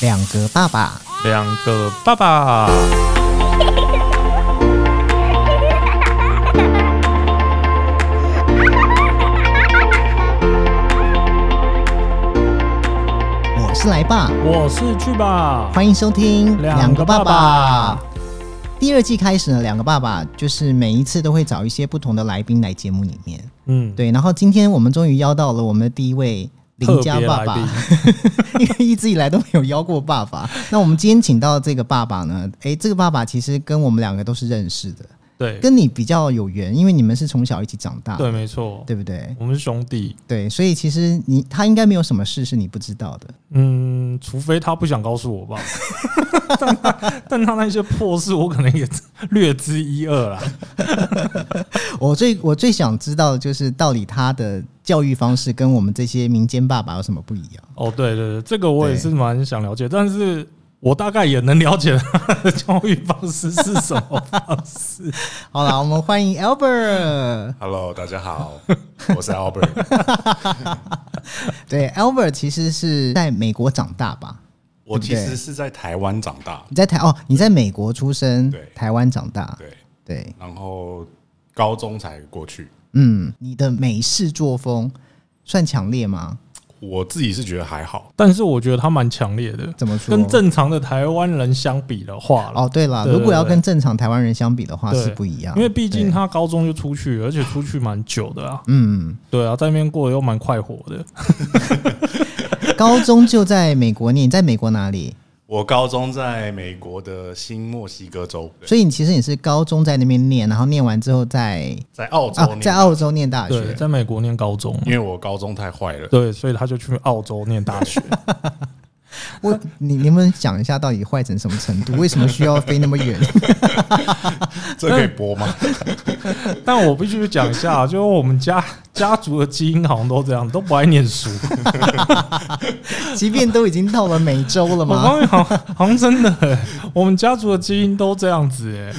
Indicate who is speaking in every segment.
Speaker 1: 两个爸爸，
Speaker 2: 两个爸爸，
Speaker 1: 我是来爸，
Speaker 2: 我是去吧。
Speaker 1: 欢迎收听《
Speaker 2: 两个爸爸》。
Speaker 1: 第二季开始呢，两个爸爸就是每一次都会找一些不同的来宾来节目里面。
Speaker 2: 嗯，
Speaker 1: 对，然后今天我们终于邀到了我们的第一位邻家爸爸， 因为一直以来都没有邀过爸爸。那我们今天请到这个爸爸呢，诶，这个爸爸其实跟我们两个都是认识的，
Speaker 2: 对
Speaker 1: 跟你比较有缘，因为你们是从小一起长大，
Speaker 2: 对，没错，
Speaker 1: 对不对？
Speaker 2: 我们是兄弟。
Speaker 1: 对，所以其实你他应该没有什么事是你不知道的。
Speaker 2: 嗯，除非他不想告诉我吧。 但他但他那些破事，我可能也略知一二啦。
Speaker 1: 我最我最想知道的就是到底他的教育方式跟我们这些民间爸爸有什么不一样？
Speaker 2: 哦，对对对，这个我也
Speaker 1: 对
Speaker 2: 是蛮想了解，但是我大概也能了解他的教育方式是什么方 式。
Speaker 1: 好 啦，我们欢迎 Albert。
Speaker 3: Hello，大家好， 我 是 Albert。
Speaker 1: 对，Albert 其实是在美国长大吧？
Speaker 3: 我
Speaker 1: 对不
Speaker 3: 其
Speaker 1: 对
Speaker 3: 实是在台湾长大，
Speaker 1: 你在台哦，你在美国出生
Speaker 3: 对，
Speaker 1: 台湾长大，
Speaker 3: 对，
Speaker 1: 对，
Speaker 3: 然后高中才过去。
Speaker 1: 嗯，你的美式作风算强烈吗？
Speaker 3: 我自己是觉得还好，
Speaker 2: 但是我觉得他蛮强烈的，
Speaker 1: 怎么说？
Speaker 2: 跟正常的台湾人相比的话啦
Speaker 1: 哦，对了，
Speaker 2: 对对
Speaker 1: 如果要
Speaker 2: 对
Speaker 1: 跟正常台湾人相比的话
Speaker 2: 对
Speaker 1: 是不一样，
Speaker 2: 因为毕竟
Speaker 1: 啊对
Speaker 2: 他高中就出去，而且出去蛮久的啊。
Speaker 1: 嗯，
Speaker 2: 对啊，在那边过得又蛮快活的。
Speaker 1: 高中就在美国念，你在美国哪 里？
Speaker 3: 我高中在美国的新墨西哥州，对
Speaker 1: 所以你其实你是高中在那边念，然后念完之后在
Speaker 3: 在澳洲
Speaker 1: 啊，
Speaker 3: 念
Speaker 1: 在澳洲念大
Speaker 2: 对，
Speaker 1: 学。
Speaker 2: 在美国念高中，
Speaker 3: 因为我高中太坏了。
Speaker 2: 对，所以他就去澳洲念大学。
Speaker 1: 我你你们讲一下到底坏成什么程 度？为什么需要飞那么远？
Speaker 3: 这可以播吗？
Speaker 2: 但我必须讲一下，就是我们家家族的基因好像都这样，都不爱 念书。
Speaker 1: 即便都已经到了美洲了
Speaker 2: 我
Speaker 1: 吗？
Speaker 2: 发现好像好像真的 欸、我们家族的基因都这样子、欸，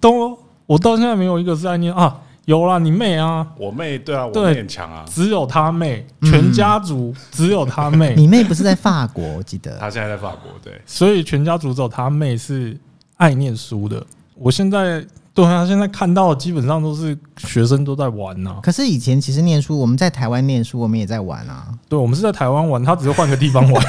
Speaker 2: 都我到现在没有一个是在念啊，有啦，你妹啊，
Speaker 3: 我妹对啊，我
Speaker 2: 对
Speaker 3: 妹很强啊，
Speaker 2: 只有他妹，
Speaker 1: 嗯
Speaker 2: 全家族只有 他妹，
Speaker 1: 你妹不是在法国，我记得。
Speaker 3: 她现在在法国，对，
Speaker 2: 所以全家族只有他妹是爱念书的。我现在对啊，现在看到的基本上都是学生都在玩呐、
Speaker 1: 可是以前其实念书，我们在台湾念书，我们也在玩 啊。
Speaker 2: 对，我们是在台湾玩，他只是换个地方玩。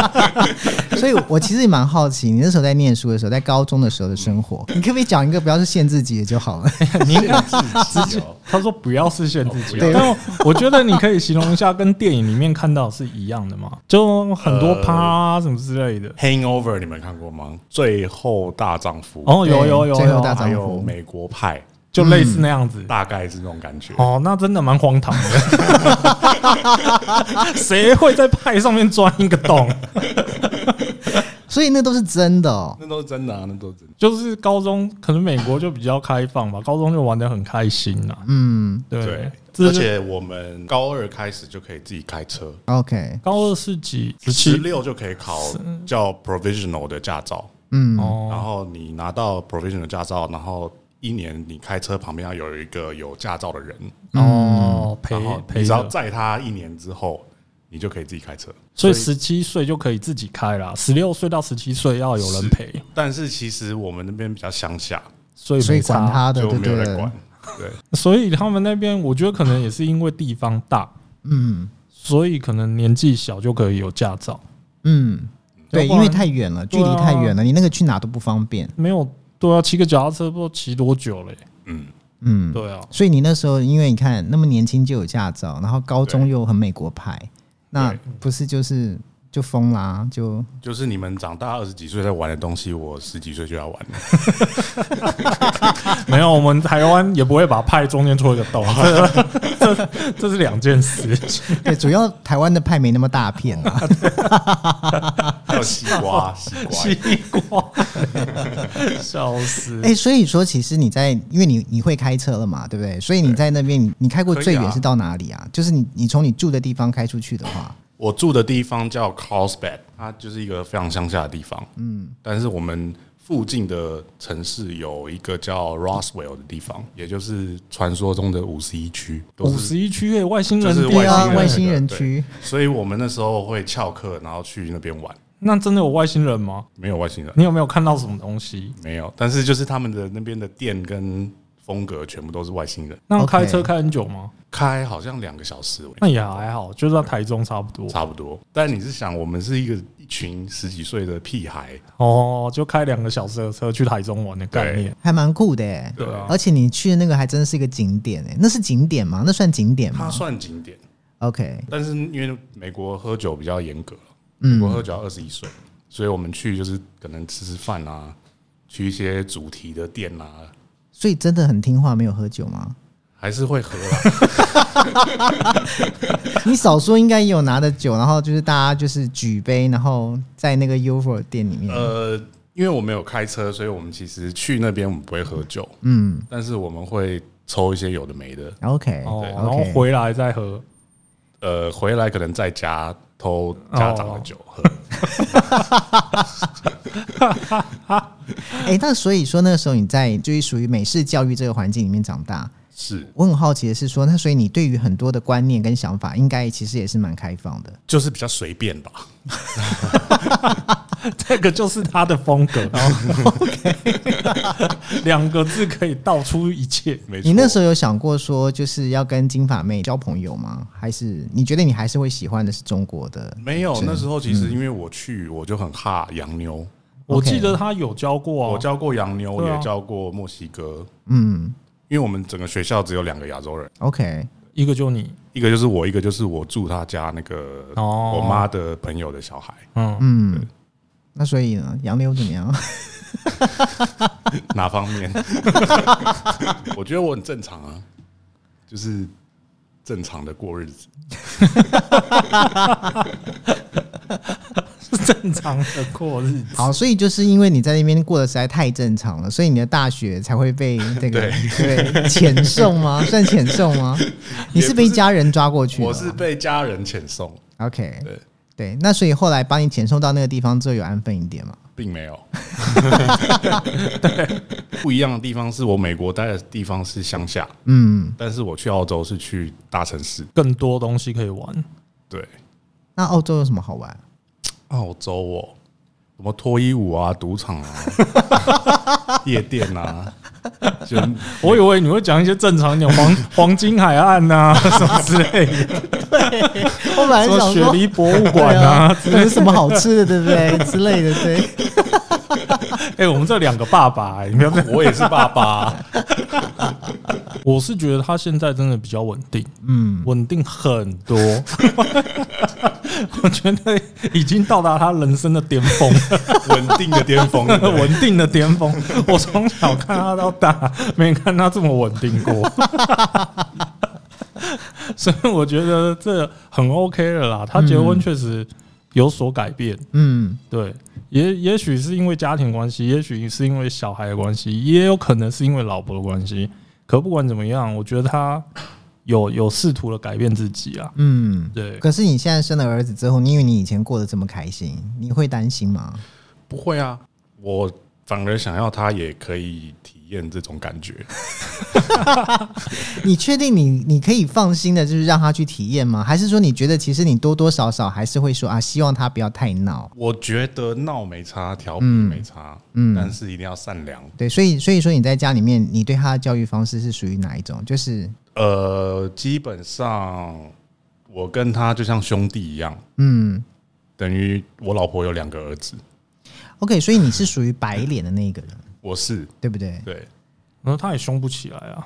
Speaker 1: 所以我，我其实也蛮好奇，你那时候在念书的时候，在高中的时候的生活，
Speaker 3: 嗯
Speaker 1: 你可不可以讲一个不要是限制级的就好了？
Speaker 2: 你应该
Speaker 3: 自己哦
Speaker 2: 他说不要视线自己，
Speaker 3: 哦
Speaker 1: 不要
Speaker 2: 但我我觉得你可以形容一下，跟电影里面看到的是一样的嘛，就很多趴啊什么之类的。
Speaker 3: Hangover 你们看过吗？最后大丈夫，
Speaker 2: 哦，有有有
Speaker 1: 呃最后
Speaker 2: 有
Speaker 1: 大，丈嗯
Speaker 3: 还
Speaker 1: 夫
Speaker 3: 有美国派，
Speaker 2: 就类似那样子。
Speaker 3: 大概是那种感觉。
Speaker 2: 哦，那真的蛮荒唐的， 谁会在派上面钻一个洞？
Speaker 1: 所以那都是真的哦。
Speaker 3: 那都是真的啊，那都是真的。
Speaker 2: 就是高中可能美国就比较开放吧，高中就玩的很开心啦、
Speaker 1: 嗯
Speaker 2: 对
Speaker 3: 对，，
Speaker 2: 这
Speaker 3: 而
Speaker 2: 是
Speaker 3: 且我们高二开始就可以自己开车，
Speaker 1: ，OK，
Speaker 2: 高二是几？十
Speaker 3: 十
Speaker 2: 七
Speaker 3: 六就可以考叫 provisional 的驾照，
Speaker 1: 嗯，
Speaker 3: 然
Speaker 2: 哦，
Speaker 3: 后你拿到 provisional 驾照，然后一年你开车旁边要有一个有驾照的人，
Speaker 2: 哦，陪
Speaker 3: 然嗯后
Speaker 2: 陪
Speaker 3: 你只要
Speaker 2: 着，
Speaker 3: 载他一年之后，你就可以自己开车。
Speaker 2: 所以十七岁就可以自己开啦，十六岁到十七岁要有人陪，
Speaker 3: 但是其实我们那边比较乡下，
Speaker 2: 所以
Speaker 1: 所以
Speaker 2: 没差
Speaker 1: 管，他的，
Speaker 3: 就
Speaker 1: 对
Speaker 3: 没有
Speaker 1: 对
Speaker 3: 人管
Speaker 1: 对，。
Speaker 3: 对，
Speaker 2: 所以他们那边我觉得可能也是因为地方大，
Speaker 1: 嗯
Speaker 2: 所以可能年纪小就可以有驾照，
Speaker 1: 嗯，对，
Speaker 2: 要
Speaker 1: 因
Speaker 2: 不然
Speaker 1: 为太远了，距离太远
Speaker 3: 啊
Speaker 1: 了，你那个去哪都不方便。
Speaker 2: 没有对啊，骑个脚踏车不知道骑多久嘞、
Speaker 3: 嗯，
Speaker 1: 嗯，
Speaker 2: 对啊，
Speaker 1: 所以你那时候，因为你看那么年轻就有驾照，然后高中
Speaker 3: 对
Speaker 1: 又很美国派，那
Speaker 3: 对
Speaker 1: 不是就是就疯啦、就
Speaker 3: 就是你们长大二十几岁在玩的东西，我十几岁就要玩 了。
Speaker 2: 没有，我们台湾也不会把派中间戳一个 洞，这这这是两件事情。
Speaker 1: 对，主要台湾的派没那么大片啊。
Speaker 3: 还
Speaker 2: 啊
Speaker 3: 有西 瓜，西瓜
Speaker 2: 西 瓜，笑死！
Speaker 1: 哎、所以说其实你在，因为你你会开车了嘛，对不对？所以你在那边，你你开过最
Speaker 3: 可以
Speaker 1: 远
Speaker 3: 啊
Speaker 1: 是到哪里啊？就是你你从你住的地方开出去的话，
Speaker 3: 我住的地方叫 c o s b a d 它就是一个非常乡下的地方。嗯，但是我们附近的城市有一个叫 Roswell 的地方，也就是传说中的五十一区，都
Speaker 2: 五
Speaker 3: 是
Speaker 2: 十一区诶，外星人
Speaker 3: 就是
Speaker 2: 地
Speaker 1: 对啊，
Speaker 3: 人
Speaker 1: 外
Speaker 3: 外
Speaker 1: 星
Speaker 3: 星
Speaker 1: 人
Speaker 3: 人
Speaker 1: 区，
Speaker 3: 所以我们那时候会翘课，然后去那边玩。
Speaker 2: 那真的有外星人吗？
Speaker 3: 没有外星人，
Speaker 2: 你有没有看到什么东西？
Speaker 3: 没有，但是就是他们的那边的店跟风格全部都是外星人。
Speaker 2: 那
Speaker 1: OK
Speaker 2: 开车开很久吗？
Speaker 3: 开好像两个小时，
Speaker 2: 那也还好，就在台中差不多。
Speaker 3: 差不多。但你是想，我们是一个一群十几岁的屁孩，
Speaker 2: 哦，就开两个小时的车去台中玩的概念。
Speaker 1: 还蛮酷的、欸。
Speaker 2: 对啊，
Speaker 1: 而且你去的那个还真是一个景点哎、那是景点吗？那算景点
Speaker 3: 它
Speaker 1: 吗
Speaker 3: 算景点，
Speaker 1: ？OK，
Speaker 3: 但是因为美国喝酒比较严格，美
Speaker 1: 嗯，
Speaker 3: 国喝酒要二十一岁，所以我们去就是可能吃吃饭啊，去一些主题的店啊，
Speaker 1: 所以真的很听话，没有喝酒吗？
Speaker 3: 还是会喝 啦。
Speaker 1: 你少说应该也有拿着酒，然后就是大家就是举杯，然后在那个 UFO 店里面，
Speaker 3: 呃，因为我没有开车，所以我们其实去那边我们不会喝酒，
Speaker 1: 嗯
Speaker 3: 但是我们会抽一些有的没的。
Speaker 1: ，OK，
Speaker 2: 哦，
Speaker 3: 对
Speaker 2: 然后回来再喝。
Speaker 3: 呃，回来可能在家偷家长的酒喝，
Speaker 1: 哦哎、那所以说那个时候你在就是属于美式教育这个环境里面长大，
Speaker 3: 是
Speaker 1: 我很好奇的是说，那所以你对于很多的观念跟想法，应该其实也是蛮开放的。
Speaker 3: 就是比较随便吧。
Speaker 2: 这个就是他的风格。
Speaker 3: 哦
Speaker 2: 两个字可以道出一切。
Speaker 3: 没错，
Speaker 1: 你那时候有想过说，就是要跟金发妹交朋友吗？还是你觉得你还是会喜欢的是中国的？
Speaker 3: 没有，那时候其
Speaker 1: 嗯
Speaker 3: 实因为我去，我就很怕洋妞。
Speaker 2: 我
Speaker 1: OK
Speaker 2: 记得他有教过啊，
Speaker 3: 我教过洋妞，
Speaker 2: 对啊
Speaker 3: 也教过墨西哥，
Speaker 1: 嗯
Speaker 3: 因为我们整个学校只有两个亚洲人，
Speaker 1: ，OK，
Speaker 2: 一个就你
Speaker 3: 一个就是我，一个就是我住他家那个
Speaker 2: 哦
Speaker 3: 我妈的朋友的小孩，
Speaker 2: 嗯，
Speaker 1: 嗯，那所以呢，洋流怎么样？
Speaker 3: 哪方面？ 我觉得我很正常啊，就是正常的过日子。
Speaker 2: 是正常的过日子。
Speaker 1: 好，所以就是因为你在那边过得实在太正常了，所以你的大学才会被这个对遣送吗？算遣送吗？你是被家人抓过去的吗？
Speaker 3: 我是被家人遣送，
Speaker 1: OK，
Speaker 3: 对
Speaker 1: 对，那所以后来把你遣送到那个地方之后，有安分一点嘛？
Speaker 3: 并 没有。不一样的地方是我美国待的地方是乡下，
Speaker 1: 嗯，
Speaker 3: 但是我去澳洲是去大城市。
Speaker 2: 更多东西可以玩，
Speaker 3: 对，
Speaker 1: 那澳洲有什么好玩？
Speaker 3: 澳洲哦，什么脱衣舞啊、赌场啊、 夜店啊，就
Speaker 2: 我以为你会讲一些正常一点， 黄黄金海岸 呐、什么之类的，
Speaker 1: 我本来
Speaker 2: 什
Speaker 1: 想
Speaker 2: 么
Speaker 1: 说
Speaker 2: 雪梨博物
Speaker 1: 对
Speaker 2: 馆啊。
Speaker 1: 可能什么好吃的，对不对？之类的，对。
Speaker 2: 哎、我们这两个爸爸、哎你不要，
Speaker 3: 我也是爸啊爸，
Speaker 2: 我是觉得他现在真的比较稳定，嗯，稳定很多。 我觉得已经到达他人生的巅峰了。
Speaker 3: 稳定的巅峰。
Speaker 2: 稳定的巅 峰。我从小看他到大，没看他这么稳定过。 所以我觉得这很 OK 了啦。他结婚确实有所改变，
Speaker 1: 嗯，
Speaker 2: 对，也也许是因为家庭关系，也许是因为小孩的关系，也有可能是因为老婆的关系。可不管怎么样，我觉得他有有试图的改变自己啊。
Speaker 1: 嗯。
Speaker 2: 对，
Speaker 1: 可是你现在生了儿子之后，你以为你以前过得这么开心，你会担心吗？
Speaker 3: 不会啊，我反而想要他也可以体验这种感觉。
Speaker 1: 你确定你你可以放心的，就是让他去体验吗？还是说你觉得其实你多多少少还是会说啊，希望他不要太闹？
Speaker 3: 我觉得闹没差，调皮没差，
Speaker 1: 嗯嗯
Speaker 3: 但是一定要善良。
Speaker 1: 对，所以所以说你在家里面，你对他的教育方式是属于哪一种？就是
Speaker 3: 呃，基本上我跟他就像兄弟一样，
Speaker 1: 嗯，
Speaker 3: 等于我老婆有两个儿子，
Speaker 1: OK，所以你是属于白脸的那一个人，
Speaker 3: 我是
Speaker 1: 对不对？
Speaker 3: 对。
Speaker 2: 然后他也凶不起来啊。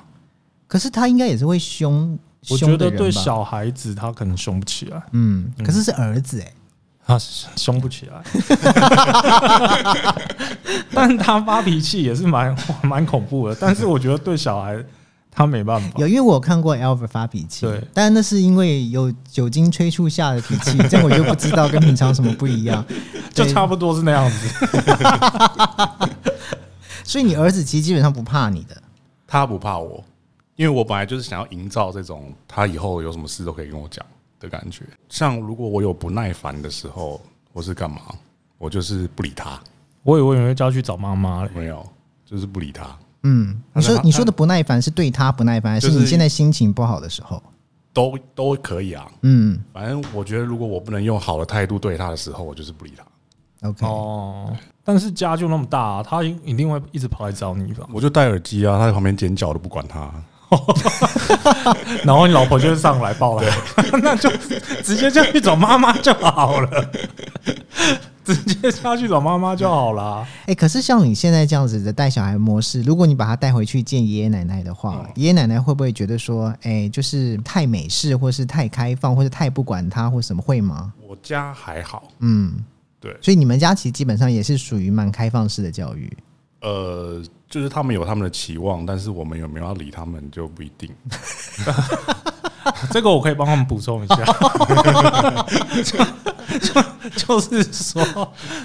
Speaker 1: 可是他应该也是会凶
Speaker 2: 我觉
Speaker 1: 凶的
Speaker 2: 得嗯
Speaker 1: 人吧？
Speaker 2: 对小孩子他可能凶不起来。
Speaker 1: 嗯，可是是儿子哎、
Speaker 2: 他啊凶不 起来，但他发脾气也是蛮 蛮恐怖的。但是我觉得对小孩他没办法
Speaker 1: 有，，因为我有看过 Albert 发脾气，
Speaker 2: 对
Speaker 1: 但那是因为有酒精催促下的脾气，这样我就不知道跟平常什么不一样。
Speaker 2: 就
Speaker 1: 对
Speaker 2: 差不多是那样子。
Speaker 1: 所以你儿子其实基本上不怕你的，
Speaker 3: 他不怕我，因为我本来就是想要营造这种他以后有什么事都可以跟我讲的感觉。像如果我有不耐烦的时候，我是干嘛？我就是不理他，
Speaker 2: 我以为你会叫他去找妈妈嘞，
Speaker 3: 没有，就是不理他，
Speaker 1: 嗯，你
Speaker 3: 他是
Speaker 1: 说
Speaker 3: 他
Speaker 1: 你说的不耐烦是对他不耐烦，还是
Speaker 3: 就是
Speaker 1: 你现在心情不好的时候？
Speaker 3: 都都可以啊。
Speaker 1: 嗯
Speaker 3: 反正我觉得，如果我不能用好的态度对他的时候，我就是不理他，
Speaker 1: ，OK，
Speaker 2: 哦，但是家就那么大、啊他一一定会一直跑来找你吧？
Speaker 3: 我就戴耳机啊，他在旁边尖叫我都不管他。
Speaker 2: 然后你老婆就会上来抱来， 那就直接叫去找妈妈就好了， 直接叫去找妈妈就好啊啦。
Speaker 1: 哎、可是像你现在这样子的带小孩模式，如果你把他带回去见爷爷奶奶的话，爷爷、奶奶会不会觉得说，哎、就是太美式，或是太开放，或是太不管他，或什么会吗？
Speaker 3: 我家还好，
Speaker 1: 嗯，
Speaker 3: 对
Speaker 1: 所以你们家其实基本上也是属于蛮开放式的教育。
Speaker 3: 呃，就是他们有他们的期望，但是我们有没有要理他们就不一定。
Speaker 2: 这个我可以帮他们补充一下，就就就是说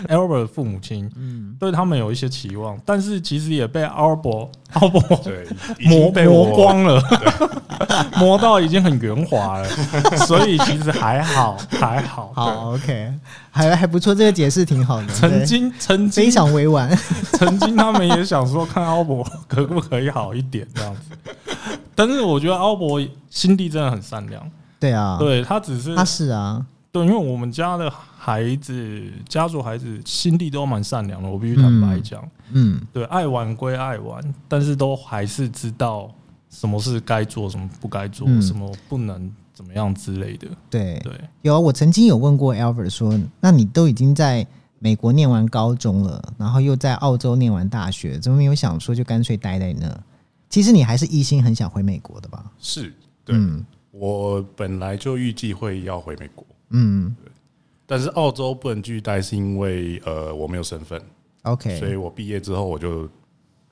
Speaker 2: ，Albert 的父母亲，嗯，对他们有一些期望，但是其实也被 Albert Albert
Speaker 3: 对，已经
Speaker 2: 磨
Speaker 3: 被
Speaker 2: 磨
Speaker 3: 我
Speaker 2: 光了， 磨到已经很圆滑了，所以其实还好，还好。
Speaker 1: 好，OK，还还不错，这个解释挺好的，
Speaker 2: 曾
Speaker 1: 对
Speaker 2: 经，曾
Speaker 1: 非
Speaker 2: 经，
Speaker 1: 常委婉。
Speaker 2: 曾经他们也想说看奥博可不可以好一点这样子，但是我觉得奥博心地真的很善良，
Speaker 1: 对啊，
Speaker 2: 对他只是
Speaker 1: 他是啊，
Speaker 2: 对，因为我们家的孩子，家族孩子心地都蛮善良的，我必须坦白讲，
Speaker 1: 嗯，
Speaker 2: 对，爱玩归爱玩，但是都还是知道什么是该做，什么不该做，
Speaker 1: 嗯
Speaker 2: 什么不能怎么样之类的。
Speaker 1: 对，
Speaker 2: 对，
Speaker 1: 有啊，我曾经有问过 Albert 说，那你都已经在美国念完高中了，然后又在澳洲念完大学，怎么没有想说就干脆待在那？其实你还是一心很想回美国的吧？
Speaker 3: 是，对、
Speaker 1: 嗯
Speaker 3: 我本来就预计会要回美国，
Speaker 1: 嗯
Speaker 3: 但是澳洲不能继续待，是因为呃我没有身份，所以
Speaker 1: ，OK。
Speaker 3: 我毕业之后我就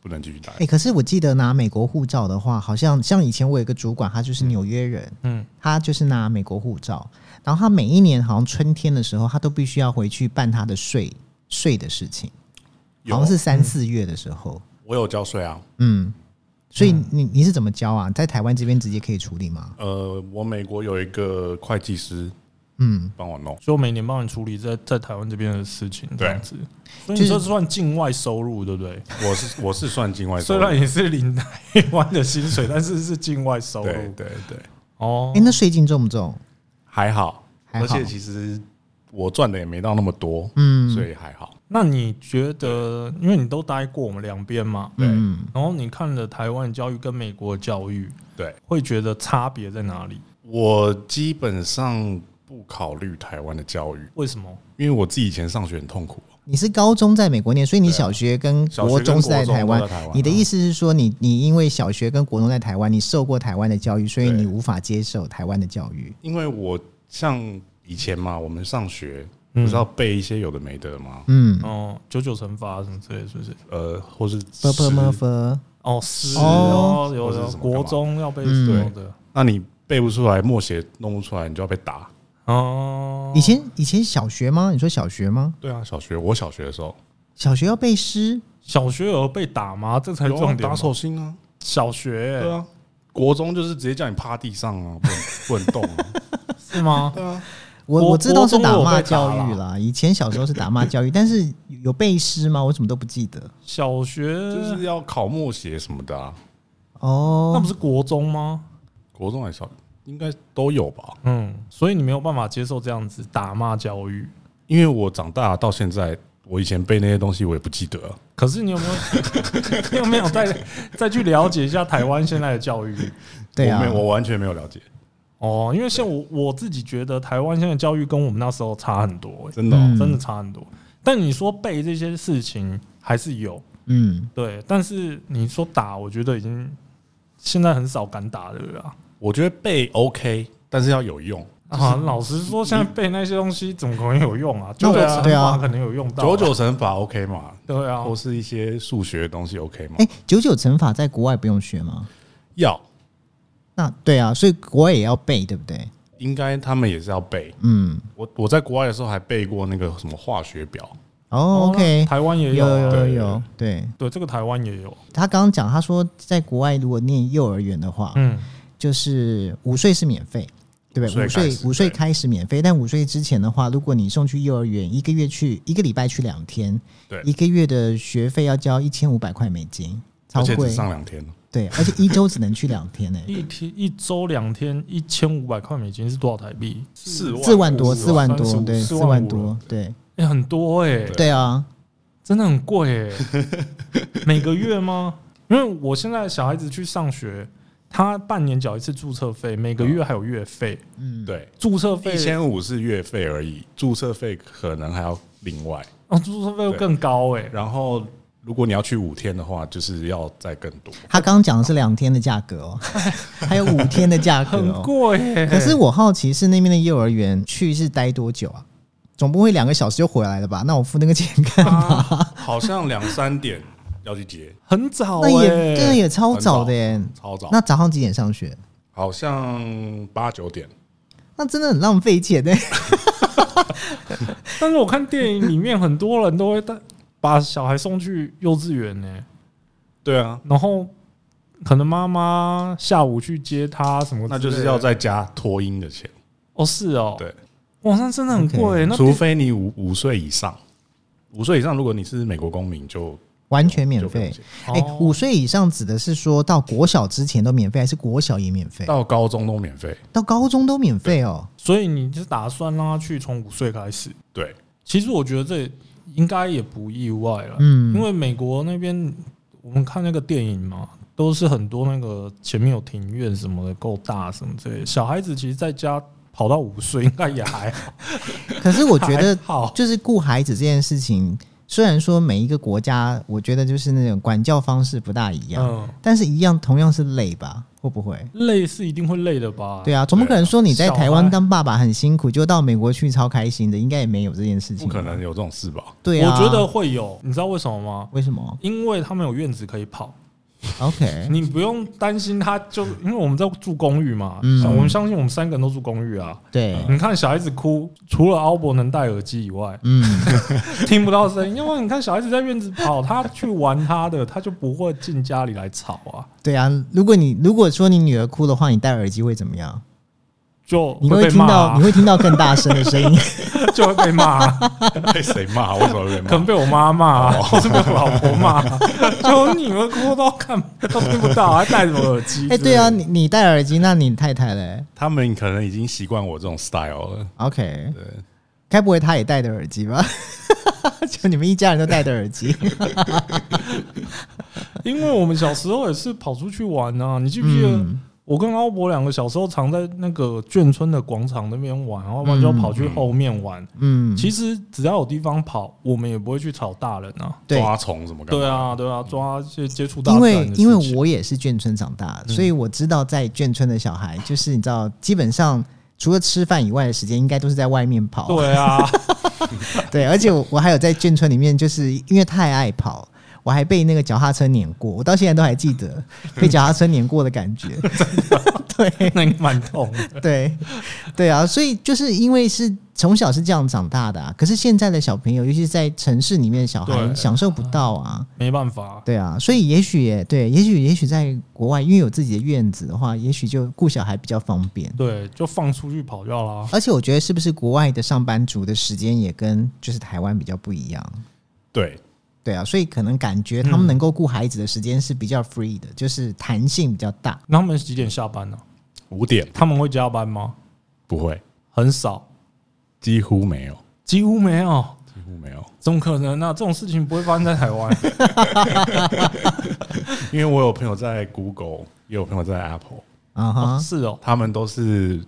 Speaker 3: 不能继续待
Speaker 1: 哎、。可是我记得拿美国护照的话，好像像以前我有一个主管，他就是纽约人，
Speaker 2: 嗯，
Speaker 1: 他就是拿美国护照，然后他每一年好像春天的时候，他都必须要回去办他的税税的事情，好
Speaker 3: 有嗯
Speaker 1: 像是三四月的时候，
Speaker 3: 我有交税啊，
Speaker 1: 嗯，所以你你是怎么交啊？在台湾这边直接可以处理吗？
Speaker 3: 呃，我美国有一个会计师
Speaker 1: 嗯，
Speaker 3: 帮我弄，
Speaker 2: 所以我每年帮你处理在在台湾这边的事情，这
Speaker 3: 对
Speaker 2: 样子。所以
Speaker 1: 就
Speaker 2: 你
Speaker 1: 是
Speaker 2: 这算境外收入，对不对？
Speaker 3: 我是我是算境外收
Speaker 2: 虽
Speaker 3: 入，
Speaker 2: 然也是领台湾的薪水，但是是境外收
Speaker 3: 对
Speaker 2: 入。
Speaker 3: 对对，
Speaker 2: 哦
Speaker 1: 哎、，那税金重不重？
Speaker 3: 还好，
Speaker 1: 还好
Speaker 3: 而且其实我赚的也没到那么多，
Speaker 1: 嗯，
Speaker 3: 所以还好。
Speaker 2: 那你觉得，因为你都待过我们两边嘛，
Speaker 3: 对
Speaker 1: 嗯，
Speaker 2: 然后你看了台湾的教育跟美国的教育，
Speaker 3: 对
Speaker 2: 会觉得差别在哪里？
Speaker 3: 我基本上不考虑台湾的教育，
Speaker 2: 为什么？
Speaker 3: 因为我自己以前上学很痛苦，啊
Speaker 1: 你是高中在美国念，所以你小学跟
Speaker 3: 小学
Speaker 1: 国
Speaker 3: 跟
Speaker 1: 中是在
Speaker 3: 国
Speaker 1: 台
Speaker 3: 中
Speaker 1: 湾
Speaker 3: 都在台。湾
Speaker 1: 你的意思是说你，你因为小学跟国中在台湾，你受过台湾的教育，所以
Speaker 3: 对
Speaker 1: 你无法接受台湾的教育。
Speaker 3: 因为我像以前嘛，我们上学
Speaker 2: 嗯
Speaker 3: 不是要背一些有的没的吗？
Speaker 1: 嗯，
Speaker 2: 哦，九九乘法什么之类，是不是？
Speaker 3: 呃，或是
Speaker 1: 不不不
Speaker 3: 诗
Speaker 1: 不，
Speaker 2: 哦，是
Speaker 1: 哦
Speaker 2: 哦，有
Speaker 3: 或者
Speaker 2: 有
Speaker 3: 是什么干
Speaker 2: 国
Speaker 3: 嘛
Speaker 2: 中要背什么
Speaker 3: 嗯
Speaker 2: 的
Speaker 3: 那你背不出来，默写弄不出来，你就要被打。
Speaker 2: 哦。
Speaker 1: 以前以前小学吗？你说小学吗？
Speaker 3: 对啊，小学我小学的时候，
Speaker 1: 小学要背诗，
Speaker 2: 小学有被打吗？这才是
Speaker 3: 有啊
Speaker 2: 重点吧。
Speaker 3: 打手心啊，
Speaker 2: 小学
Speaker 3: 对
Speaker 2: 欸
Speaker 3: 啊。国中就是直接叫你趴地上啊，不能不能动啊。
Speaker 2: 是吗？
Speaker 3: 对啊，
Speaker 1: 我
Speaker 2: 国
Speaker 1: 我知道是
Speaker 2: 国中
Speaker 1: 打
Speaker 2: 我有
Speaker 1: 骂
Speaker 2: 被打
Speaker 1: 教育啦，以前小时候是打骂教育，但是有背诗吗？我怎么都不记得
Speaker 2: 小学
Speaker 3: 就是要考默写什么的啊。
Speaker 1: 哦。
Speaker 2: 那不是国中吗？
Speaker 3: 国中还小，应该都有吧？
Speaker 2: 嗯，所以你没有办法接受这样子打骂教育。
Speaker 3: 因为我长大到现在，我以前背那些东西我也不记得了。
Speaker 2: 可是你有没 有你有没有再再去了解一下台湾现在的教育？
Speaker 1: 对啊
Speaker 3: 我，没有，我完全没有了解，
Speaker 2: 哦，因为像我我自己觉得台湾现在教育跟我们那时候差很多、欸
Speaker 3: 真的哦、
Speaker 1: 嗯
Speaker 2: 真的差很多。但你说背这些事情还是有，
Speaker 1: 嗯，
Speaker 2: 对，但是你说打，我觉得已经现在很少敢打的了啦。
Speaker 3: 我觉得背 OK，但是要有用。
Speaker 2: 啊，老实说，现在背那些东西怎么可能有用啊？九
Speaker 3: 对
Speaker 2: 九
Speaker 3: 啊
Speaker 2: 乘
Speaker 1: 对啊
Speaker 2: 法可能有用到啊，
Speaker 3: 九九乘法 OK 嘛？
Speaker 2: 对啊
Speaker 3: 或，是一些数学的东西 OK 吗？
Speaker 1: 哎，九九乘法在国外不用学吗？
Speaker 3: 要，
Speaker 1: 那对啊，所以国外也要背，对不对？
Speaker 3: 应该他们也是要背。
Speaker 1: 嗯，
Speaker 3: 我我在国外的时候还背过那个什么化学表，
Speaker 1: 哦，OK，
Speaker 2: 台湾也
Speaker 1: 有
Speaker 2: 啊
Speaker 1: 有有
Speaker 2: 对
Speaker 1: 有，对
Speaker 2: 对，这个台湾也有，啊
Speaker 1: 他刚刚讲，他说在国外如果念幼儿园的话，
Speaker 2: 嗯，
Speaker 1: 就是五岁是免费，对不对？
Speaker 3: 五岁
Speaker 1: 五岁
Speaker 3: 开始
Speaker 1: 五岁
Speaker 3: 对
Speaker 1: 开始免费，但五岁之前的话，如果你送去幼儿园，一个月去一个礼拜去两天，
Speaker 3: 对
Speaker 1: 一个月的学费要交一千五百块美金，超
Speaker 3: 而且只
Speaker 1: 贵，
Speaker 3: 上两天。
Speaker 1: 对，而且一周只能去两天呢、欸
Speaker 2: 一天一周两天一千五百块美金是多少台币？
Speaker 3: 四万
Speaker 1: 四万多，
Speaker 2: 四
Speaker 1: 四万
Speaker 2: 万
Speaker 1: 多，
Speaker 2: 三十五
Speaker 1: 对，
Speaker 2: 四
Speaker 1: 四
Speaker 2: 万
Speaker 1: 万
Speaker 2: 五
Speaker 1: 多，对，
Speaker 2: 哎，很多哎，
Speaker 3: 对
Speaker 1: 对啊，
Speaker 2: 真的很贵哎，每个月吗？因为我现在小孩子去上学，他半年缴一次注册费，每个月还有月费，
Speaker 1: 嗯，
Speaker 3: 对，
Speaker 2: 注册费
Speaker 3: 一千五是月费而已，注册费可能还要另外。
Speaker 2: 哦，注册费又更高哎，
Speaker 3: 然后如果你要去五天的话，就是要再更多。
Speaker 1: 他刚刚讲的是两天的价格哦， 还有五天的价格、
Speaker 2: 很
Speaker 1: 哦，
Speaker 2: 贵哎。
Speaker 1: 可是我好奇是那边的幼儿园去是待多久啊？总不会两个小时就回来了吧？那我付那个钱干嘛？
Speaker 3: 啊 好像两三点要去接，
Speaker 2: 很 早
Speaker 1: 那
Speaker 2: 哎，
Speaker 1: 也真的也超早的耶。
Speaker 3: 超欸早。
Speaker 1: 那早上几点上学？
Speaker 3: 好像八九点，
Speaker 1: 那真的很浪费钱呢。
Speaker 2: 但是我看电影里面很多人都会带把小孩送去幼稚园呢、
Speaker 3: 对啊，
Speaker 2: 然后可能妈妈下午去接他什么之类的，
Speaker 3: 那就是要在家托婴的钱，
Speaker 2: 哦是哦，
Speaker 3: 对，嗯
Speaker 2: 哇，那真的很贵、那
Speaker 3: 除非你五五岁以上，五岁以上，如果你是美国公民就
Speaker 1: 完全免
Speaker 3: 就不用
Speaker 1: 费
Speaker 3: 钱。
Speaker 1: 哎、
Speaker 2: 哦
Speaker 1: 五岁以上指的是说到国小之前都免费，还是国小也免费？
Speaker 3: 到高中都免费。
Speaker 1: 到高中都免费哦。
Speaker 2: 所以你就打算让他去从五岁开始？
Speaker 3: 对，
Speaker 2: 其实我觉得这应该也不意外了，
Speaker 1: 嗯
Speaker 2: 因为美国那边我们看那个电影嘛。都是很多那个前面有庭院什么的，够大什么之类的。小孩子其实在家跑到五岁，应该也还好。
Speaker 1: 可 是我觉得
Speaker 2: 还好
Speaker 1: 就是顾孩子这件事情，虽然说每一个国家，我觉得就是那种管教方式不大一样，
Speaker 2: 嗯，
Speaker 1: 但是一样同样是累吧？会不会？
Speaker 2: 累是一定会累的吧？
Speaker 1: 对啊，总不可能说你在
Speaker 2: 小孩
Speaker 1: 台湾当爸爸很辛苦，就到美国去超开心的，应该也没有这件事情。
Speaker 3: 不可。能有这种事吧？
Speaker 1: 对啊，
Speaker 2: 我觉得会有，你知道为什么吗？
Speaker 1: 为什么
Speaker 2: 因为他们有院子可以跑，
Speaker 1: ？OK，
Speaker 2: 你不用担心他就，因为我们在住公寓嘛，
Speaker 1: 嗯
Speaker 2: 像我们相信我们三个人都住公寓啊。
Speaker 1: 对，
Speaker 2: 你看小孩子哭，除了 a l b 能戴耳机以外，
Speaker 1: 嗯，
Speaker 2: 听不到声音。因为你看小孩子在院子跑，他去玩他的，他就不会进家里来吵啊，
Speaker 1: 对啊。如果你如果说你女儿哭的话，你戴耳机会怎么样？
Speaker 2: 就
Speaker 1: 你
Speaker 2: 会被
Speaker 1: 听
Speaker 2: 骂、
Speaker 1: 到，
Speaker 2: 啊
Speaker 1: 你，会听到更大声的声音。
Speaker 2: 就会被骂、啊，
Speaker 3: 被谁骂？为什么被
Speaker 2: 可能
Speaker 3: 骂？
Speaker 2: 被我妈骂、
Speaker 1: 哦
Speaker 2: 啊，或是被我老婆骂、啊，就你们哭到看都听不到，还戴什么耳机？
Speaker 1: 哎、对啊，，你你戴耳机，那你太太嘞
Speaker 3: 他们可能已经习惯我这种 style 了。
Speaker 1: ？OK，
Speaker 3: 对，
Speaker 1: 该不会她也戴着耳机吧？ 就你们一家人都戴着耳 机。
Speaker 2: 啊因为我们小时候也是跑出去玩啊，你记不记得？
Speaker 1: 嗯
Speaker 2: 我跟奥博两个小时候常在那个眷村的广场那边玩，然后不然就要跑去后面玩。
Speaker 1: 嗯，
Speaker 2: 其实只要有地方跑，我们也不会去吵大人啊。
Speaker 1: 对，
Speaker 3: 抓虫什么干嘛？
Speaker 2: 对啊，对啊，抓接接触大
Speaker 1: 因
Speaker 2: 自
Speaker 1: 为
Speaker 2: 然的事情嗯
Speaker 1: 因为我也是眷村长大，所以我知道在眷村的小孩，就是你知道，基本上除了吃饭以外的时间，应该都是在外面跑。
Speaker 2: 对啊，
Speaker 1: 对而且我我还有在眷村里面，就是因为太爱跑。我还被那个脚踏车碾过，我到现在都还记得被脚踏车碾过的感觉。对
Speaker 2: 那应该蛮痛的。
Speaker 1: 对对啊，所以就是因为是从小是这样长大的、啊，可是现在的小朋友，尤其是在城市里面的小孩，
Speaker 2: 对
Speaker 1: 享受不到啊。
Speaker 2: 没办法，
Speaker 1: 对啊，所以也许也对，也许也许在国外，因为有自己的院子的话，也许就顾小孩比较方便。
Speaker 2: 对，就放出去跑掉啦。
Speaker 1: 而且我觉得是不是国外的上班族的时间也跟就是台湾比较不一样？
Speaker 3: 对，
Speaker 1: 对啊，所以可能感觉
Speaker 2: 嗯
Speaker 1: 他们能够顾孩子的时间是比较 free 的，就是弹性比较大。
Speaker 2: 那他们几点下班呢、
Speaker 3: 五点
Speaker 2: 他们会加班吗？
Speaker 3: 不会，
Speaker 2: 很少，
Speaker 3: 几乎没有，
Speaker 2: 几乎没有。
Speaker 3: 几乎没有。
Speaker 2: 怎么可能呢、啊？这种事情不会发生在台湾。
Speaker 3: 因为我有朋友在 Google，也有朋友在 Apple，
Speaker 1: 啊
Speaker 2: 哦
Speaker 1: 哈，
Speaker 2: 是哦，
Speaker 3: 他们都是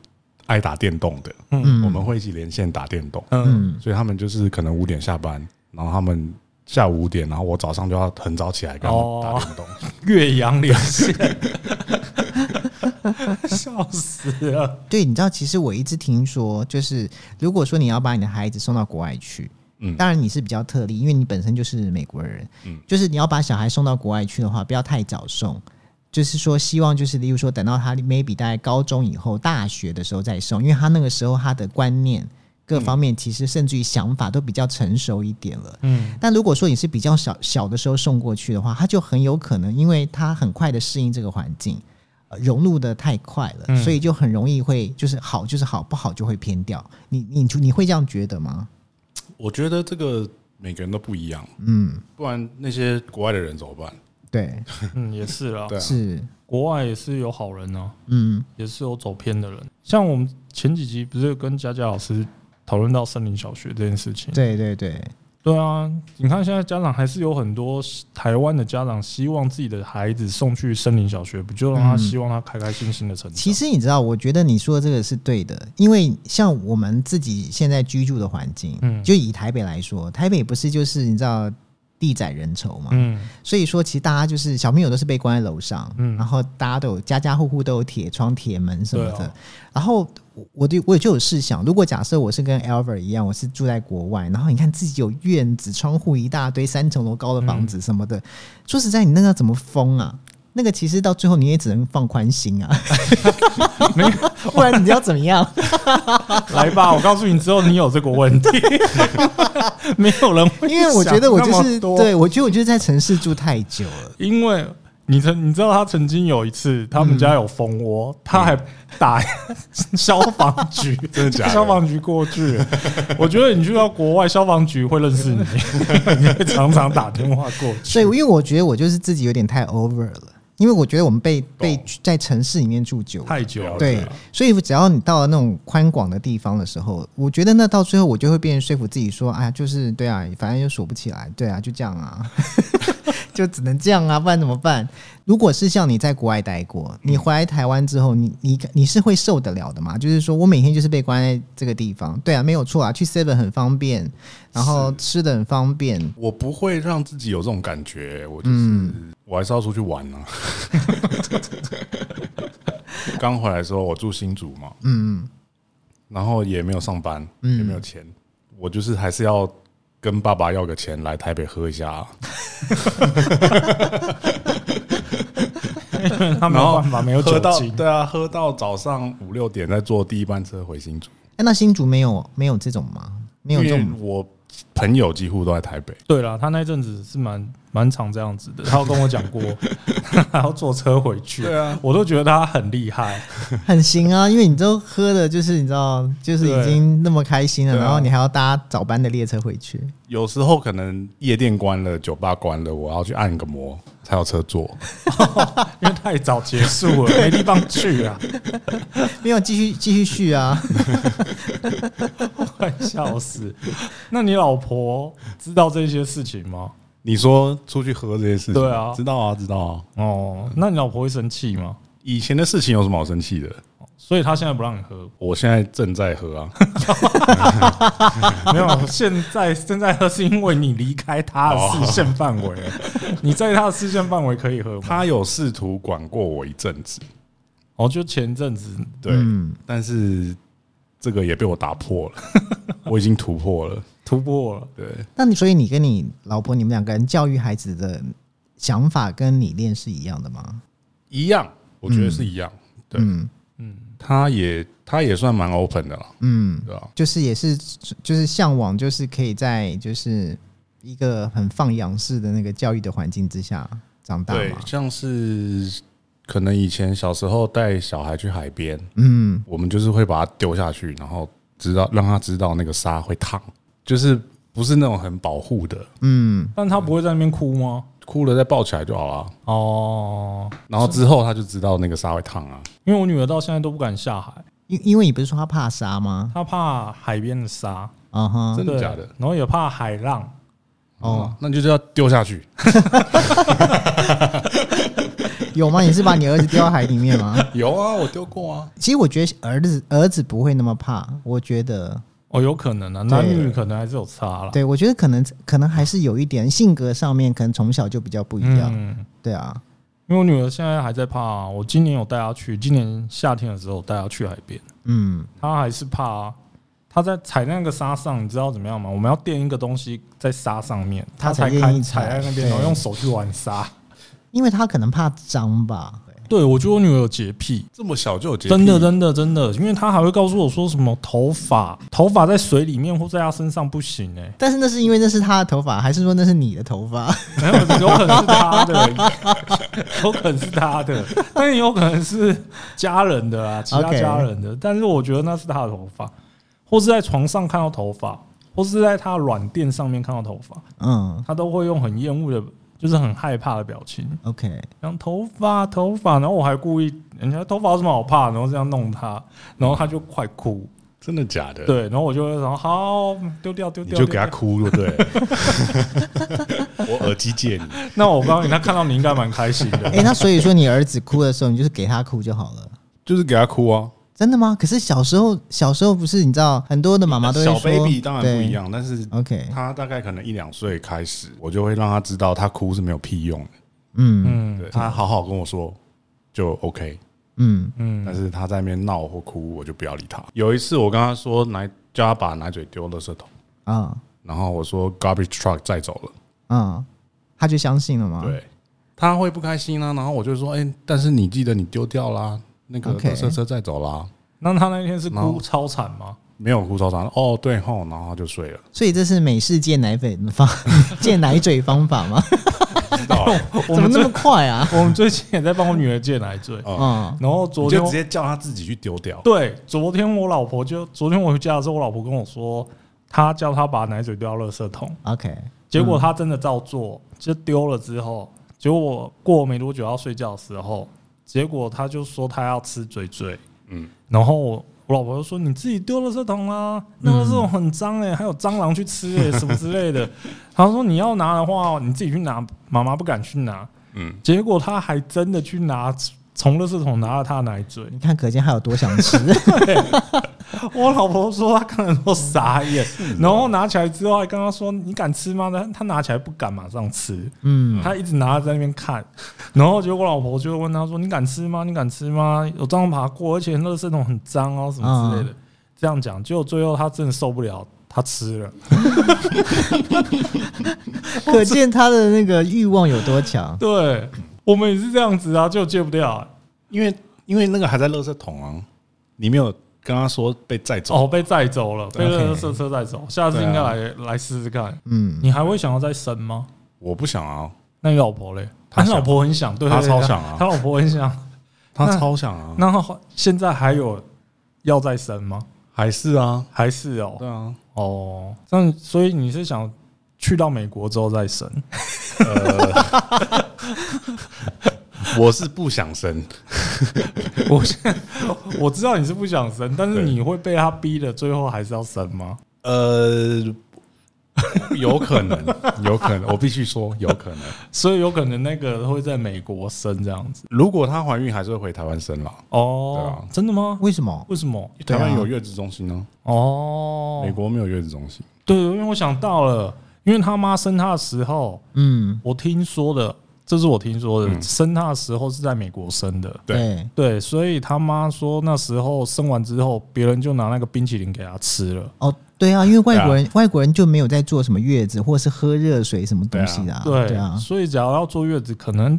Speaker 3: 爱打电动的。
Speaker 2: 嗯
Speaker 3: 我们会一起连线打电动，
Speaker 2: 嗯，
Speaker 1: 嗯，
Speaker 3: 所以他们就是可能五点下班，然后他们下午五点，然后我早上
Speaker 1: 哦
Speaker 3: 就要很早起来跟他们打电动。
Speaker 2: 岳阳连线。 笑死了。
Speaker 1: 对，你知道，其实我一直听说，就是如果说你要把你的孩子送到国外去，
Speaker 3: 嗯
Speaker 1: 当然你是比较特例，因为你本身就是美国人，
Speaker 3: 嗯
Speaker 1: 就是你要把小孩送到国外去的话，不要太早送。就是说，希望就是，例如说，等到他 maybe 大概高中以后、大学的时候再送，因为他那个时候他的观念
Speaker 3: 嗯
Speaker 1: 各方面，其实甚至于想法都比较成熟一点了。
Speaker 2: 嗯，
Speaker 1: 但如果说你是比较小小的时候送过去的话，他就很有可能，因为他很快的适应这个环境，呃融入的太快了，
Speaker 2: 嗯
Speaker 1: 所以就很容易会就是好就是好，不好就会偏掉。你你你会这样觉得吗？
Speaker 3: 我觉得这个每个人都不一样，
Speaker 1: 嗯，
Speaker 3: 不然那些国外的人怎么办？
Speaker 1: 对，
Speaker 2: 嗯，也是啦。
Speaker 3: 对啊，
Speaker 1: 是，
Speaker 2: 国外也是有好人啊，
Speaker 1: 嗯
Speaker 2: 也是有走偏的人。像我们前几集不是跟佳佳老师讨论到森林小学这件事情？
Speaker 1: 对对对，
Speaker 2: 对啊，你看现在家长还是有很多台湾的家长希望自己的孩子送去森林小学，不就让他
Speaker 1: 嗯
Speaker 2: 希望他开开心心的成长？
Speaker 1: 其实你知道，我觉得你说的这个是对的，因为像我们自己现在居住的环境，
Speaker 2: 嗯
Speaker 1: 就以台北来说，台北不是就是你知道地窄人稠嘛，
Speaker 2: 嗯，
Speaker 1: 所以说，其实大家就是小朋友都是被关在楼上，
Speaker 2: 嗯
Speaker 1: 然后大家都有家家户户都有铁窗、铁门什么
Speaker 2: 对
Speaker 1: 的。
Speaker 2: 啊
Speaker 1: 然后我我就我就有试想，如果假设我是跟 Albert 一样，我是住在国外，然后你看自己有院子、窗户一大堆、三层楼高的房子什么的，
Speaker 2: 嗯
Speaker 1: 说实在，你那个要怎么封啊？那个其实到最后你也只能放宽心啊， 不然你要怎么 样？
Speaker 2: 来吧，我告诉你，之后你有这个问 题，没有人会
Speaker 1: 因为我觉得我就
Speaker 2: 想那
Speaker 1: 是
Speaker 2: 么多
Speaker 1: 对，我觉得我就是在城市住太久了，
Speaker 2: 因为你曾你知道他曾经有一次，他们家有蜂
Speaker 1: 嗯
Speaker 2: 窝，他还打消防 局，
Speaker 3: 真的假的
Speaker 2: 消防局过去，我觉得你去到国外，消防局会认识 你，你会常常打电话过去。
Speaker 1: 所以因为我觉得我就是自己有点太 over 了，因为我觉得我们被被在城市里面住久了，
Speaker 2: 太久了，
Speaker 1: 对，所以只要你到了那种宽广的地方的时候，我觉得那到最后我就会变成说服自己说，哎呀，就是对啊，反正又锁不起来，对啊，就这样啊， 就只能这样啊，不然怎么办？如果是像你在国外待过，你回来台湾之后，你你你是会受得了的嘛？就是说我每天就是被关在这个地方，对啊，没有错啊，去 Seven 很方便，然后吃的很方便，
Speaker 3: 我不会让自己有这种感觉，我就是、
Speaker 1: 嗯
Speaker 3: 我还是要出去玩 呢、啊。刚回来的时候，我住新竹嘛，
Speaker 1: 嗯，
Speaker 3: 然后也没有上班，
Speaker 1: 嗯
Speaker 3: 也没有钱，我就是还是要跟爸爸要个钱来台北喝一下、啊。
Speaker 2: 他没
Speaker 3: 然
Speaker 2: 有
Speaker 3: 后
Speaker 2: 办法，没有酒
Speaker 3: 喝到
Speaker 2: 精，
Speaker 3: 对啊，喝到早上五六点再坐第一班车回新竹，
Speaker 1: 哎、那新竹没有没有这种吗？没
Speaker 3: 因
Speaker 1: 有这
Speaker 3: 为
Speaker 1: 种
Speaker 3: 我朋友几乎都在台北，
Speaker 2: 对啦，他那阵子是蛮蛮常这样子的，他有跟我讲 过，他要坐车回去，
Speaker 3: 对啊
Speaker 2: 我都觉得他很厉害，
Speaker 1: 很行啊，因为你都喝的，就是你知道，就是已经那么开心了，
Speaker 3: 对啊
Speaker 1: 然后你还要搭早班的列车回去，
Speaker 3: 有时候可能夜店关了，酒吧关了，我要去按个摩才有车坐。
Speaker 2: 因为太早结束了，没地方去啊，
Speaker 1: 没有继续继续续啊。
Speaker 2: 快笑死！那你老婆知道这些事情吗？
Speaker 3: 你说出去喝这些事情，
Speaker 2: 对啊
Speaker 3: 知道啊，知道啊。
Speaker 2: 哦，那你老婆会生气吗？
Speaker 3: 以前的事情有什么好生气的？
Speaker 2: 所以她现在不让你喝，
Speaker 3: 我现在正在 喝啊，
Speaker 2: 没有，现在正在喝是因为你离开她的视线范围了，你在她的视线范围可以喝吗？
Speaker 3: 他有试图管过我一阵子，
Speaker 2: 哦，就前阵子，
Speaker 3: 对，
Speaker 1: 嗯
Speaker 3: 但是这个也被我打破了， 我已经突破了，
Speaker 2: 突破了，
Speaker 3: 对，
Speaker 1: 那你所以你跟你老婆，你们两个人教育孩子的想法跟理念是一样的吗？
Speaker 3: 一样，我觉得是一样，对
Speaker 1: 嗯
Speaker 2: 嗯，
Speaker 3: 他也他也算蛮 open 的了，
Speaker 1: 嗯，
Speaker 3: 对吧？啊
Speaker 1: 就是也是就是向往，就是可以在就是一个很放养式的那个教育的环境之下长大
Speaker 3: 对
Speaker 1: 嘛，。
Speaker 3: 像是可能以前小时候带小孩去海边，
Speaker 1: 嗯，
Speaker 3: 我们就是会把它丢下去，然后知道让他知道那个沙会烫，就是不是那种很保护的，
Speaker 1: 嗯，
Speaker 2: 但她不会在那边哭吗？
Speaker 3: 哭了再抱起来就好了。
Speaker 2: 哦，
Speaker 3: 然后之后他就知道那个沙会烫啊，
Speaker 2: 因为我女儿到现在都不敢下海，
Speaker 1: 因因为你不是说他怕沙吗？
Speaker 2: 她怕海边的沙，
Speaker 1: 啊哈，
Speaker 3: 真的
Speaker 2: 对
Speaker 3: 假的？
Speaker 2: 然后也怕海浪，
Speaker 1: 哦
Speaker 3: 哦，那就是要丢下去。
Speaker 1: 有吗？你是把你儿子丢到海里面 吗？
Speaker 3: 有啊，我丢过啊。
Speaker 1: 其实我觉得儿子儿子不会那么怕，我觉得，
Speaker 2: 哦，有可能啊，男女可能还是有差啦。
Speaker 1: 对我觉得可能可能还是有一点性格上面，可能从小就比较不一样，
Speaker 2: 嗯
Speaker 1: 对啊，
Speaker 2: 因因为我女儿现在还在怕、啊，我今年有带她去，今年夏天的时候带她去海边，
Speaker 1: 嗯，
Speaker 2: 她还是怕、啊。她在踩那个沙上，你知道怎么样吗？我们要垫一个东西在沙上面，
Speaker 1: 她
Speaker 2: 才
Speaker 1: 才愿
Speaker 2: 开
Speaker 1: 意
Speaker 2: 踩
Speaker 1: 踩
Speaker 2: 在那边，然后
Speaker 1: 对
Speaker 2: 用手去玩沙。
Speaker 1: 因为他可能怕脏吧。
Speaker 2: 对，我觉得我女儿有洁癖，
Speaker 3: 这么小就有洁癖，
Speaker 2: 真的，真的，真的，因为她还会告诉我说什么头发，头发在水里面或在她身上不行哎、
Speaker 1: 但是那是因为那是他的头发，还是说那是你的头发？
Speaker 2: 没有，有可能是他的，有可能是他的， 但也有可能是家人的啊，其他
Speaker 1: OK
Speaker 2: 家人的。但是我觉得那是他的头发，或是在床上看到头发，或是在他软垫上面看到头发，
Speaker 1: 嗯
Speaker 2: 他都会用很厌恶的，就是很害怕的表情，
Speaker 1: ，OK，
Speaker 2: 然后头发头发，然后我还故意，人家头发有什么好怕，然后这样弄他，然后他就快哭，
Speaker 3: 真的假的？，
Speaker 2: 对，然后我就会说好丢掉丢
Speaker 3: 你
Speaker 2: 掉，
Speaker 3: 就
Speaker 2: 丢
Speaker 3: 给他
Speaker 2: 掉
Speaker 3: 哭，对不对？我耳机借你，
Speaker 2: 那我告诉你，他看到你应该蛮开心的
Speaker 1: 哎、。那所以说你儿子哭的时候，你就是给他哭就好了。
Speaker 3: 就是给他哭啊。
Speaker 1: 真的吗？可是小时候，小时候不是你知道很多的妈妈都会
Speaker 3: 小
Speaker 1: 说
Speaker 3: baby 当然不一。样，但是
Speaker 1: 对 OK，
Speaker 3: 他大概可能一两岁开始，我就会让他知道他哭是没有屁用的。
Speaker 1: 嗯
Speaker 2: 嗯
Speaker 3: 对他好好跟我说就 OK，
Speaker 1: 嗯
Speaker 2: 嗯
Speaker 3: 但是他在那边闹或哭，我就不要理他。有一次我跟他说奶，叫他把奶嘴丢垃圾桶，
Speaker 1: 啊
Speaker 3: 然后我说 garbage truck 载走了，
Speaker 1: 啊，他就相信了嘛。，
Speaker 2: 啊
Speaker 3: 对，他会不开心啦、然后我就说，哎，但是你记得你丢掉啦，那个
Speaker 1: OK
Speaker 3: 垃圾车载走啦。
Speaker 2: 那他那天是
Speaker 3: 然
Speaker 2: 哭
Speaker 3: 后
Speaker 2: 超惨 吗？
Speaker 3: 没有哭超长哦，对吼，然后他就睡了。
Speaker 1: 所以这是美式戒奶粉方 戒奶嘴方法 吗？
Speaker 3: 知道了，
Speaker 2: 我
Speaker 1: 怎么
Speaker 2: 们
Speaker 1: 那
Speaker 2: 最
Speaker 1: 么快啊？
Speaker 2: 我们最近也在帮我女儿戒奶嘴，
Speaker 3: 哦
Speaker 1: 嗯，
Speaker 2: 然后啊昨
Speaker 3: 我
Speaker 2: 天
Speaker 3: 就直接叫他自己去丢掉。
Speaker 2: 对，昨天我老婆就昨天我回家的时候，我老婆跟我说，她叫她把奶嘴丢到垃圾桶，
Speaker 1: OK，
Speaker 2: 结果她真的照做，就丢了之后，结果过没多久要睡觉的时候，结果她就说她要吃嘴嘴，
Speaker 3: 嗯，
Speaker 2: 然后我我老婆就说你自己丢垃圾桶啊，那垃圾桶很脏哎、还有蟑螂去吃哎、什么之类 的。她说你要拿的话，你自己去拿，妈妈不敢去拿。
Speaker 3: 嗯，
Speaker 2: 结果她还真的去拿，从垃圾桶拿了她的奶嘴。
Speaker 1: 你看可见他有多想 吃。
Speaker 2: 我老婆说她看了都傻眼，然后拿起来之后还跟她说你敢吃吗？她她拿起来不敢马上吃，
Speaker 1: 嗯
Speaker 2: 她一直拿在那边看， 然后结果我老婆就问她说你敢吃吗？你敢吃吗？有蟑螂爬过，而且垃圾桶很脏哦，什么之类
Speaker 3: 嗯
Speaker 2: 的。这样讲，结果最后她真的受不了，她吃了。
Speaker 1: 可见他的那个欲望有多强。
Speaker 2: 对我们也是这样子啊，就戒不掉、
Speaker 3: 因为因为那个还在垃圾桶啊，你没有跟他说被载走，
Speaker 2: 哦，被载走了，被
Speaker 1: OK
Speaker 2: 垃圾车载
Speaker 3: 啊
Speaker 2: 走。下次应该来、来试试看。
Speaker 1: 嗯，
Speaker 2: 你还会想要再生吗？
Speaker 3: 我不想啊，
Speaker 2: 那你老婆嘞？
Speaker 3: 她
Speaker 2: 他
Speaker 3: 想
Speaker 2: 老婆很想，对
Speaker 3: 她
Speaker 2: 对
Speaker 3: 超
Speaker 2: 对
Speaker 3: 想啊
Speaker 2: 他老婆很想。
Speaker 3: 他
Speaker 2: 那
Speaker 3: 超想啊，
Speaker 2: 那她现在还有要再生吗？
Speaker 3: 还是啊，
Speaker 2: 还是哦
Speaker 3: 对啊，
Speaker 2: 哦，那所以你是想去到美国之后再生？
Speaker 3: 我是不想生，
Speaker 2: 我现在 我知道你是不想生，但是
Speaker 3: 对
Speaker 2: 你会被他逼的，最后还是要生吗？
Speaker 3: 呃，有可能， 有可能，我必须说有可能。
Speaker 2: 所以有可能那个会在美国生这样子
Speaker 3: 如果她怀孕，还是会回台湾生啦。
Speaker 2: 哦
Speaker 3: 对啊？
Speaker 2: 真的吗？
Speaker 1: 为什么？
Speaker 2: 为什么？
Speaker 3: 台
Speaker 1: 啊
Speaker 3: 湾有月子中心呢，
Speaker 2: 哦，
Speaker 3: 美国没有月子中心。
Speaker 2: 对，因为我想到了，因为他妈生他的时候，
Speaker 1: 嗯，
Speaker 2: 我听说的，这是我听说的，
Speaker 3: 嗯
Speaker 2: 生他的时候是在美国生的，
Speaker 3: 对
Speaker 1: 对，
Speaker 2: 对，所以他妈说那时候生完之后，别人就拿那个冰淇淋给他吃了，
Speaker 1: 哦，对啊，因为外国人外国人就没有在做什么月子或是喝热水什么东西的啊。
Speaker 2: 对，
Speaker 1: 对啊，
Speaker 2: 所以假如要坐月子，可能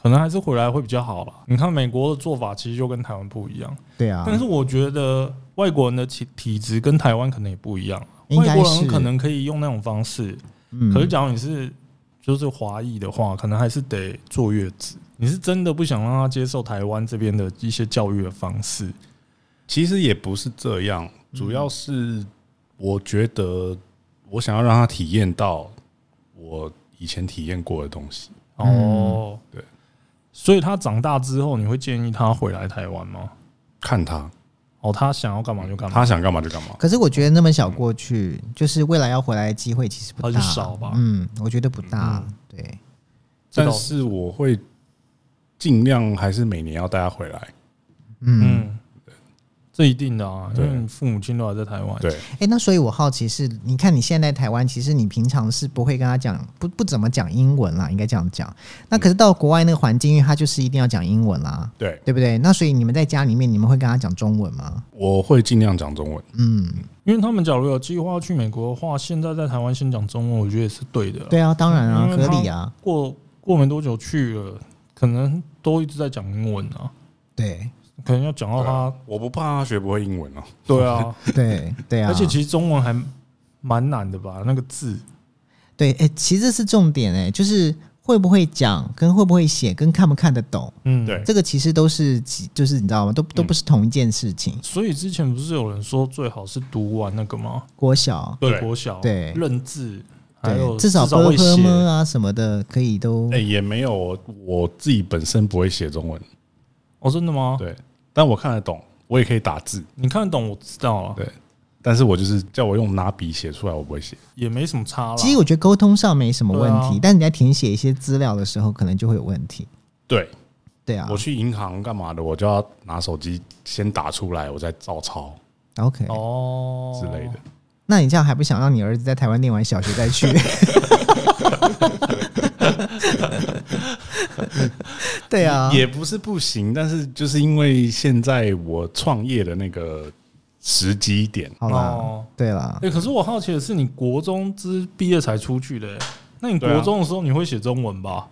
Speaker 2: 可能还是回来会比较好了。你看美国的做法其实就跟台湾不一样，
Speaker 1: 对啊。
Speaker 2: 但是我觉得外国人的体体质跟台湾可能也不一样，啊
Speaker 1: 应该是
Speaker 2: 外国人可能可以用那种方式，
Speaker 1: 嗯
Speaker 2: 可是假如你是就是华裔的话，可能还是得坐月子。你是真的不想让他接受台湾这边的一些教育的方式？
Speaker 3: 其实也不是这样，主要是我觉得我想要让她体验到我以前体验过的东西。
Speaker 1: 嗯
Speaker 2: 哦，
Speaker 3: 对，
Speaker 2: 所以他长大之后，你会建议他回来台湾吗？
Speaker 3: 看她，
Speaker 2: 哦，他想要干嘛就干嘛，
Speaker 3: 她想干嘛就干嘛。
Speaker 1: 可是我觉得那么小过去，就是未来要回来的机会其实不
Speaker 2: 他
Speaker 1: 大，啊
Speaker 2: 就少吧。
Speaker 1: 嗯，我觉得不大。对，
Speaker 2: 这倒
Speaker 3: 但是我会尽量还是每年要带她回来。
Speaker 1: 嗯，
Speaker 2: 嗯，这一定的啊，因为
Speaker 3: 对
Speaker 2: 你父母亲都还在台湾。
Speaker 3: 对，
Speaker 1: 哎、那所以我好奇是，你看你现在在台湾，其实你平常是不会跟他讲，不不怎么讲英文啦，应该这样讲。那可是到国外那个环境，因为他就是一定要讲英文啦，
Speaker 3: 对，
Speaker 1: 对不对？那所以你们在家里面，你们会跟他讲中文吗？
Speaker 3: 我会尽量讲中文。
Speaker 1: 嗯，
Speaker 2: 因为他们假如有计划要去美国的话，现在在台湾先讲中文，我觉得也是对的。
Speaker 1: 对啊，当然啊，
Speaker 2: 因为
Speaker 1: 合
Speaker 2: 他
Speaker 1: 理啊，
Speaker 2: 过过没多久去了，可能都一直在讲英文啊，
Speaker 1: 对
Speaker 2: 可能要讲到他，
Speaker 3: 我不怕他学不会英文哦、
Speaker 2: 对啊，
Speaker 1: 对对啊，
Speaker 2: 而且其实中文还蛮难的吧，那个字，
Speaker 1: 对，哎、其实这是重点、哎，就是会不会讲，跟会不会写，跟看不看得懂，
Speaker 2: 嗯，
Speaker 3: 对
Speaker 1: 这个其实都是其，就是你知道吗？都都不是同一件事情。
Speaker 2: 所以之前不是有人说最好是读完那个吗？
Speaker 1: 国小，
Speaker 2: 对，
Speaker 3: 对
Speaker 2: 国小
Speaker 1: 对
Speaker 2: 认字，还有
Speaker 1: 对，至少
Speaker 2: 会
Speaker 1: 呵
Speaker 2: 写，
Speaker 1: 么啊什么的，可以都、
Speaker 3: 哎、也没有，我我自己本身不会写中文，
Speaker 2: 哦，真的吗？
Speaker 3: 对，但我看得懂，我也可以打字，
Speaker 2: 你看得懂，我知道了，
Speaker 3: 对。但是我就是叫我用拿笔写出来，我不会写。
Speaker 2: 也没什么差了。
Speaker 1: 其实我觉得沟通上没什么问题，
Speaker 2: 对啊
Speaker 1: 但你在填写一些资料的时候，可能就会有问题。
Speaker 3: 对
Speaker 1: 对啊
Speaker 3: 我去银行干嘛的，我就要拿手机先打出来，我再照抄
Speaker 1: ，OK。
Speaker 2: 哦
Speaker 3: 之类的。
Speaker 1: 那你这样还不想让你儿子在台湾念完小学再去？ 对啊，
Speaker 3: 也不是不行，但是就是因为现在我创业的那个时机点，
Speaker 1: 好啦，
Speaker 2: 哦
Speaker 1: 对啦，
Speaker 2: 哎、可是我好奇的是，你国中之毕业才出去的、欸，那你
Speaker 3: 对啊
Speaker 2: 国中的时候你会写中文
Speaker 3: 啊
Speaker 2: 吧？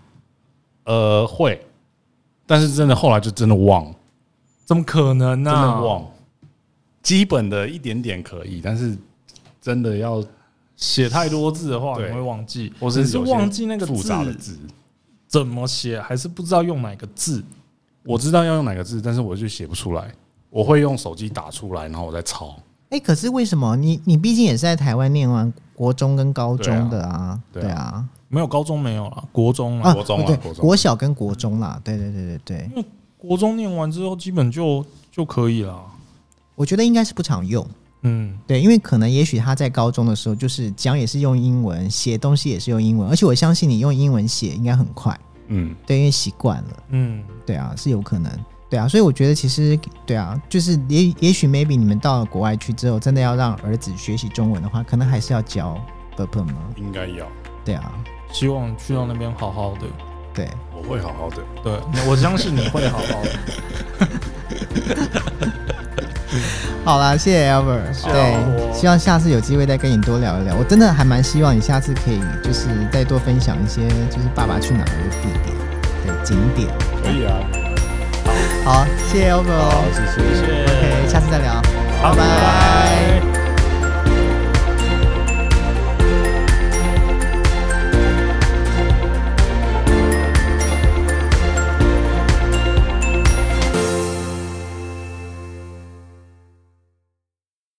Speaker 3: 呃，会，但是真的后来就真的忘，
Speaker 2: 怎么可能啊呢、
Speaker 3: 真的忘，基本的一点点可以，但是真的要
Speaker 2: 写太多字的话，
Speaker 3: 对
Speaker 2: 你会忘记，
Speaker 3: 我
Speaker 2: 你
Speaker 3: 是
Speaker 2: 是
Speaker 3: 有些
Speaker 2: 忘记那个
Speaker 3: 复
Speaker 2: 字
Speaker 3: 杂的字，
Speaker 2: 怎么写，还是不知道用哪个字？
Speaker 3: 我知道要用哪个字，但是我就写不出来，我会用手机打出来，然后我再抄。
Speaker 1: 哎、可是为什么你你毕竟也是在台湾念完国中跟高中
Speaker 3: 对
Speaker 1: 的啊？
Speaker 3: 对
Speaker 1: 对
Speaker 3: 啊
Speaker 1: 啊，
Speaker 2: 没有高中没有了，国中了、
Speaker 1: 啊，
Speaker 3: 国中啊
Speaker 1: 对
Speaker 3: 国，中
Speaker 1: 国小跟国中啦，对对对对对，
Speaker 2: 国中念完之后，基本就就可以了。
Speaker 1: 我觉得应该是不常用。
Speaker 2: 嗯，
Speaker 1: 对，因为可能也许他在高中的时候，就是讲也是用英文，写东西也是用英文，而且我相信你用英文写应该很快，
Speaker 3: 嗯，
Speaker 1: 对，因为习惯了，
Speaker 2: 嗯，
Speaker 1: 对啊，是有可能，对啊，所以我觉得其实对啊，就是也也许 maybe 你们到了国外去之后，真的要让儿子学习中文的话，可能还是要教 b b 吗？
Speaker 3: 应该要，
Speaker 1: 对啊，
Speaker 2: 希望去到那边好好的。
Speaker 1: 对，
Speaker 3: 我会好好的。
Speaker 2: 对，我相信你会好好的。
Speaker 1: 好啦，谢谢 Albert，对，希望下次有机会再跟你多聊一聊，我真的还蛮希望你下次可以就是再多分享一些就是爸爸去哪儿的地点，对，景点。
Speaker 3: 可以啊，
Speaker 1: 好，谢谢 Albert 哦。
Speaker 3: 好，谢谢。
Speaker 2: 谢谢
Speaker 1: OK，下次再聊，
Speaker 2: 好
Speaker 1: 拜拜
Speaker 2: 拜